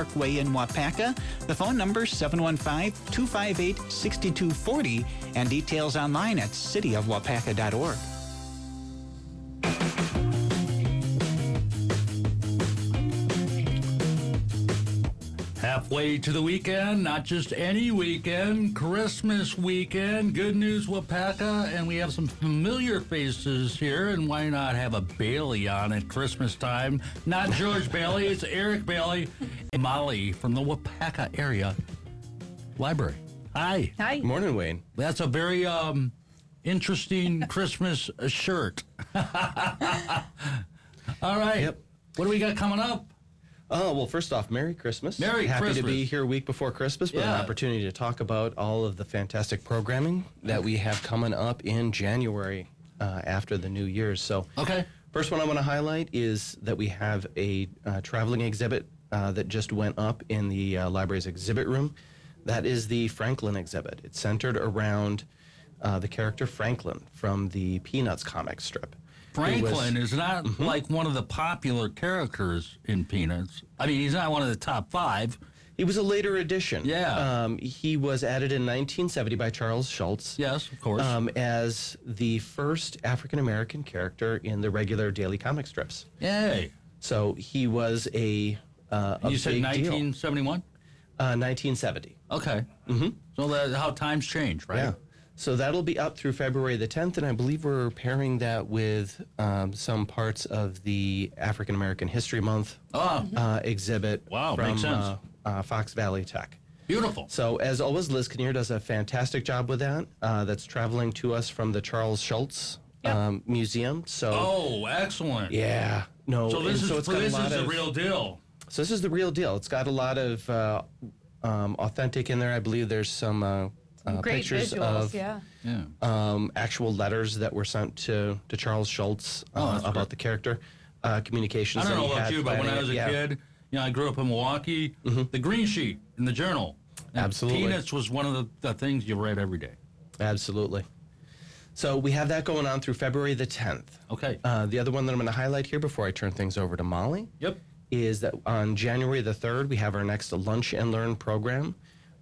Parkway in Wapaka. The phone number 715-258-6240 and details online at cityofwapaka.org. Halfway to the weekend, not just any weekend, Christmas weekend. Good news, Wapaka, and we have some familiar faces here. And why not have a Bailey on at Christmas time? Not George Bailey, it's Eric Bailey and Molly from the Wapaka area library. Hi. Hi. Morning, Wayne. That's a very um, interesting Christmas shirt. All right. Yep. What do we got coming up? Oh, well, first off, Merry Christmas. Merry Happy to be Christmas. here a week before Christmas with Yeah. an opportunity to talk about all of the fantastic programming that we have coming up in January uh, after the New Year's. So, Okay. first one I want to highlight is that we have a uh, traveling exhibit uh, that just went up in the uh, library's exhibit room. That is the Franklin exhibit. It's centered around uh, the character Franklin from the Peanuts comic strip. who was- Mm-hmm. Franklin is not like one of the popular characters in Peanuts. I mean, he's not one of the top five. He was a later addition. Yeah. Um, he was added in 1970 by Charles Schultz. Yes, of course. Um, as the first African American character in the regular daily comic strips. Yay. So he was a. Uh, a You said big deal. 1971? Uh, 1970. Okay. Mm-hmm. So that, how times change, right? Yeah. So that'll be up through February the 10th, and I believe we're pairing that with um, some parts of the African American History Month Oh, uh, exhibit Wow, from makes sense. Uh, uh, Fox Valley Tech. beautiful. So, as always, Liz Kinnear does a fantastic job with that. Uh, that's traveling to us from the Charles Schultz um, Museum. So, Oh, excellent. yeah, no. So this and is it's got this a lot is the of- real deal. So this is the real deal. It's got a lot of uh, um, authentic in there. I believe there's some, uh, uh, Great pictures visuals. of yeah. Yeah. um, actual letters that were sent to to Charles Schultz uh, Oh, that's about great. the character. Uh, communications. I don't that know he about had you, but when planning I it. was a Yeah. Mm-hmm. kid, you know, I grew up in Milwaukee. The green sheet in the journal. And Absolutely. Peanuts was one of the, the things you read every day. Absolutely. So we have that going on through February the 10th. Okay. Uh, the other one that I'm going to highlight here before I turn things over to Molly Yep. is that on January the 3rd, we have our next Lunch and Learn program.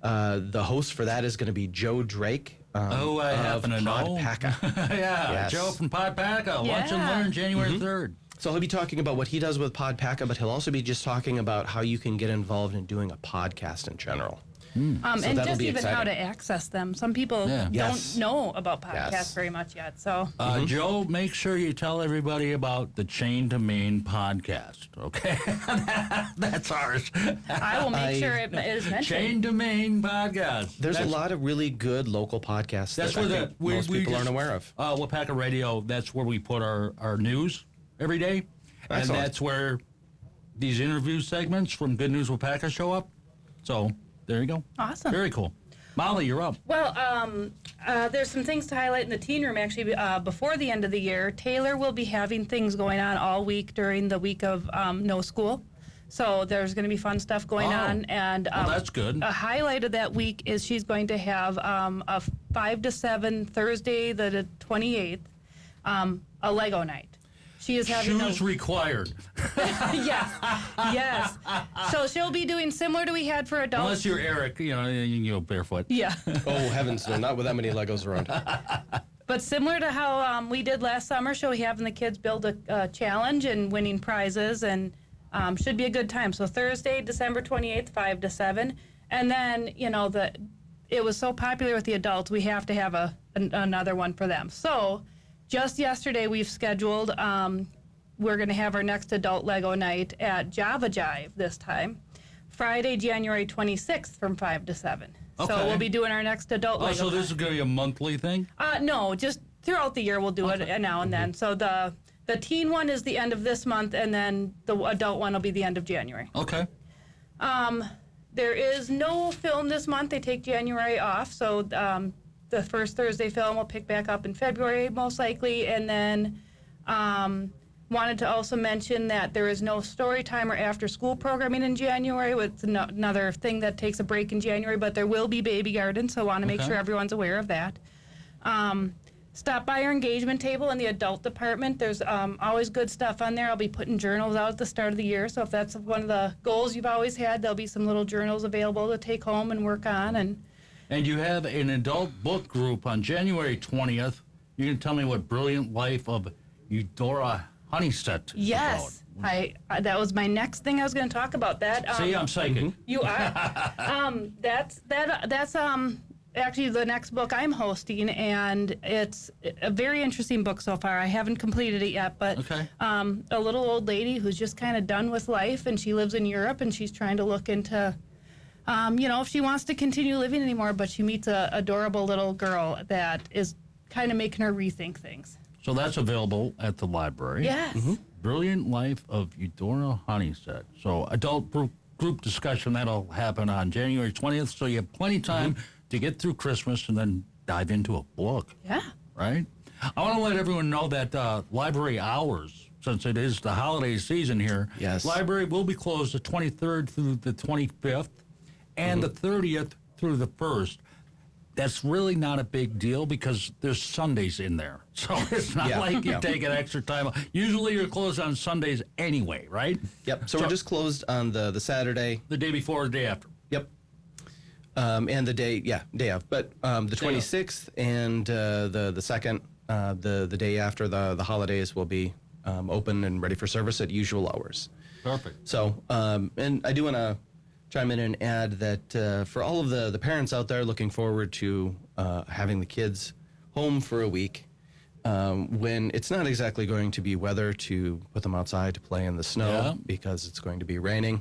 Uh, the host for that is going to be Joe Drake. Um, Oh, I of happen to know. Podpacka. yeah, Yes. Mm-hmm. Joe from Podpacka. Lunch and Yeah. learn January 3rd. so he'll be talking about what he does with Podpacka, but he'll also be just talking about how you can get involved in doing a podcast in general. Um, Hmm. So and that'll just be even how exciting. to access them. Some people Yeah. don't Yes. know about podcasts Yes. very much yet. So Uh, Mm-hmm. Joe, make sure you tell everybody about the Chain to Main podcast, okay? That's ours. I will make I- sure it is mentioned. Chain to Main podcast. There's That's- a lot of really good local podcasts That's that where I the think most people aren't aware of. Uh, Wapaka Radio. That's where we put our our news every day, and Excellent. that's where these interview segments from Good News Wapaka show up. So there you go. Awesome. Very cool. Molly, you're up. Well, um, uh, there's some things to highlight in the teen room actually uh, before the end of the year. Taylor will be having things going on all week during the week of um, no school. So there's going to be fun stuff going Oh. on. And um, that's good. A highlight of that week is she's going to have um, a 5 to 7 Thursday, the 28th, um, a Lego night. She is having a- Shoes required, yes, yes. So she'll be doing similar to we had for adults. unless you're Eric. You know, you can go barefoot. yeah, Oh, heavens, no, not with that many Legos around. but similar to how um, we did last summer, she'll be having the kids build a, a challenge and winning prizes, and um, should be a good time. So Thursday, December twenty eighth, five to seven, and then you know the it was so popular with the adults, we have to have a an, another one for them. So just yesterday, we've scheduled. Um, we're going to have our next adult Lego night at Java Jive this time, Friday, January 26th from 5 to 7. Okay. So we'll be doing our next adult Oh, Lego so this is going to be a monthly thing. uh, no, just throughout the year we'll do it uh, now and then. So the the teen one is the end of this month, and then the adult one will be the end of January. Um, Okay. There is no film this month. They take January off, so um, the first Thursday film will pick back up in February most likely, and then. Um, wanted to also mention that there is no story time or after school programming in January. It's no, another thing that takes a break in January, but there will be baby garden, so want to make Okay. sure everyone's aware of that. Um, Stop by our engagement table in the adult department. There's um, always good stuff on there. I'll be putting journals out at the start of the year. So if that's one of the goals you've always had, there'll be some little journals available to take home and work on. And And you have an adult book group on January 20th. You can tell me what Brilliant Life of Eudora Honeysett is yes, I, I that was my next thing I was going to talk about. That about. um, See, I'm psychic. You are. um, that's that. That's um actually the next book I'm hosting, and it's a very interesting book so far. I haven't completed it yet, but Okay. um, a little old lady who's just kind of done with life, and she lives in Europe, and she's trying to look into. Um, you know, if she wants to continue living anymore, but she meets a adorable little girl that is kind of making her rethink things. So that's available at the library. Yes. Brilliant Life of Eudora Honeysett. So adult group, group discussion that'll happen on January 20th. So you have plenty of time to get through Christmas and then dive into a book. Yeah. right? I want to let everyone know that uh, library hours, since it is the holiday season here, Yes. library will be closed the 23rd through the 25th and Mm-hmm. the 30th through the 1st. That's really not a big deal because there's Sundays in there. So it's not Yeah. like you take an extra time. Usually you're closed on Sundays anyway, right? Yep. So, we're just closed on the the Saturday. The day before or the day after. Yep. Um, and the day, yeah, day of, but um, the of. twenty sixth and uh, the the second, uh, the the day after the the holidays will be um, open and ready for service at usual hours. Perfect. So, um, and I do want to chime in and add that uh, for all of the, the parents out there looking forward to uh, having the kids home for a week, um, when it's not exactly going to be weather to put them outside to play in the snow Yeah. because it's going to be raining.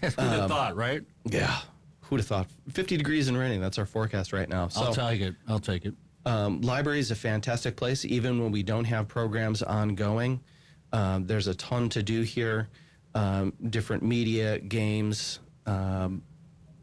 That's what Um, I thought, right? Yeah. Who'd have thought? 50 degrees and raining. That's our forecast right now. So, I'll take it. I'll take it. um, library is a fantastic place, even when we don't have programs ongoing. Um, there's a ton to do here, um, different media, games, um,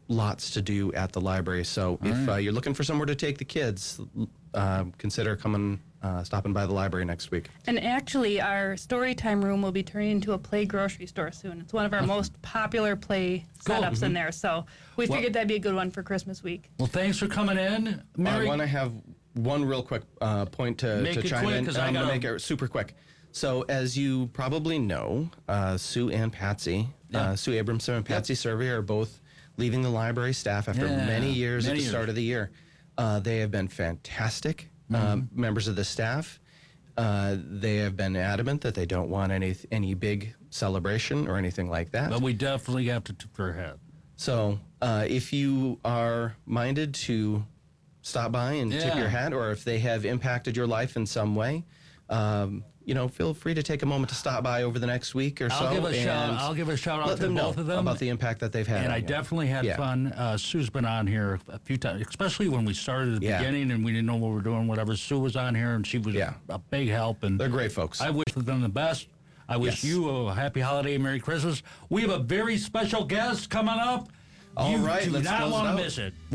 lots to do at the library. So if uh, you're looking for somewhere to take the kids, l- um, consider coming, uh, stopping by the library next week. And actually, our story time room will be turning into a play grocery store soon. It's one of our most popular play Oh. Cool. Mm-hmm. setups in there, so we Well- figured that'd be a good one for Christmas week. Well, thanks for coming in. I Merry want to have one real quick uh, point to, Make to it chime quick, in. 'cause and I I'm going gotta- to make it super quick. So, as you probably know, uh, Sue and Patsy, Yeah. uh, Sue Abramson and Patsy Survey are both leaving the library staff after Yeah, many years many at the years. start of the year. Uh, they have been fantastic um, Mm-hmm. members of the staff. Uh, they have been adamant that they don't want any any big celebration or anything like that. But we definitely have to tip our hat. So uh, if you are minded to stop by and tip Yeah. your hat, or if they have impacted your life in some way, um, you know, feel free to take a moment to stop by over the next week or so. I'll give a shout. and I'll give a shout out let to them know both of them. about the impact that they've had. and on I you. definitely had Yeah. fun. Uh, Sue's been on here a few times, especially when we started at the Yeah. beginning and we didn't know what we were doing. Whatever, Sue was on here and she was Yeah. a, big help. And They're great folks. I wish them the best. I wish Yes. you a happy holiday, Merry Christmas. We have a very special guest coming up. All you right, do let's not close it want out. to miss it.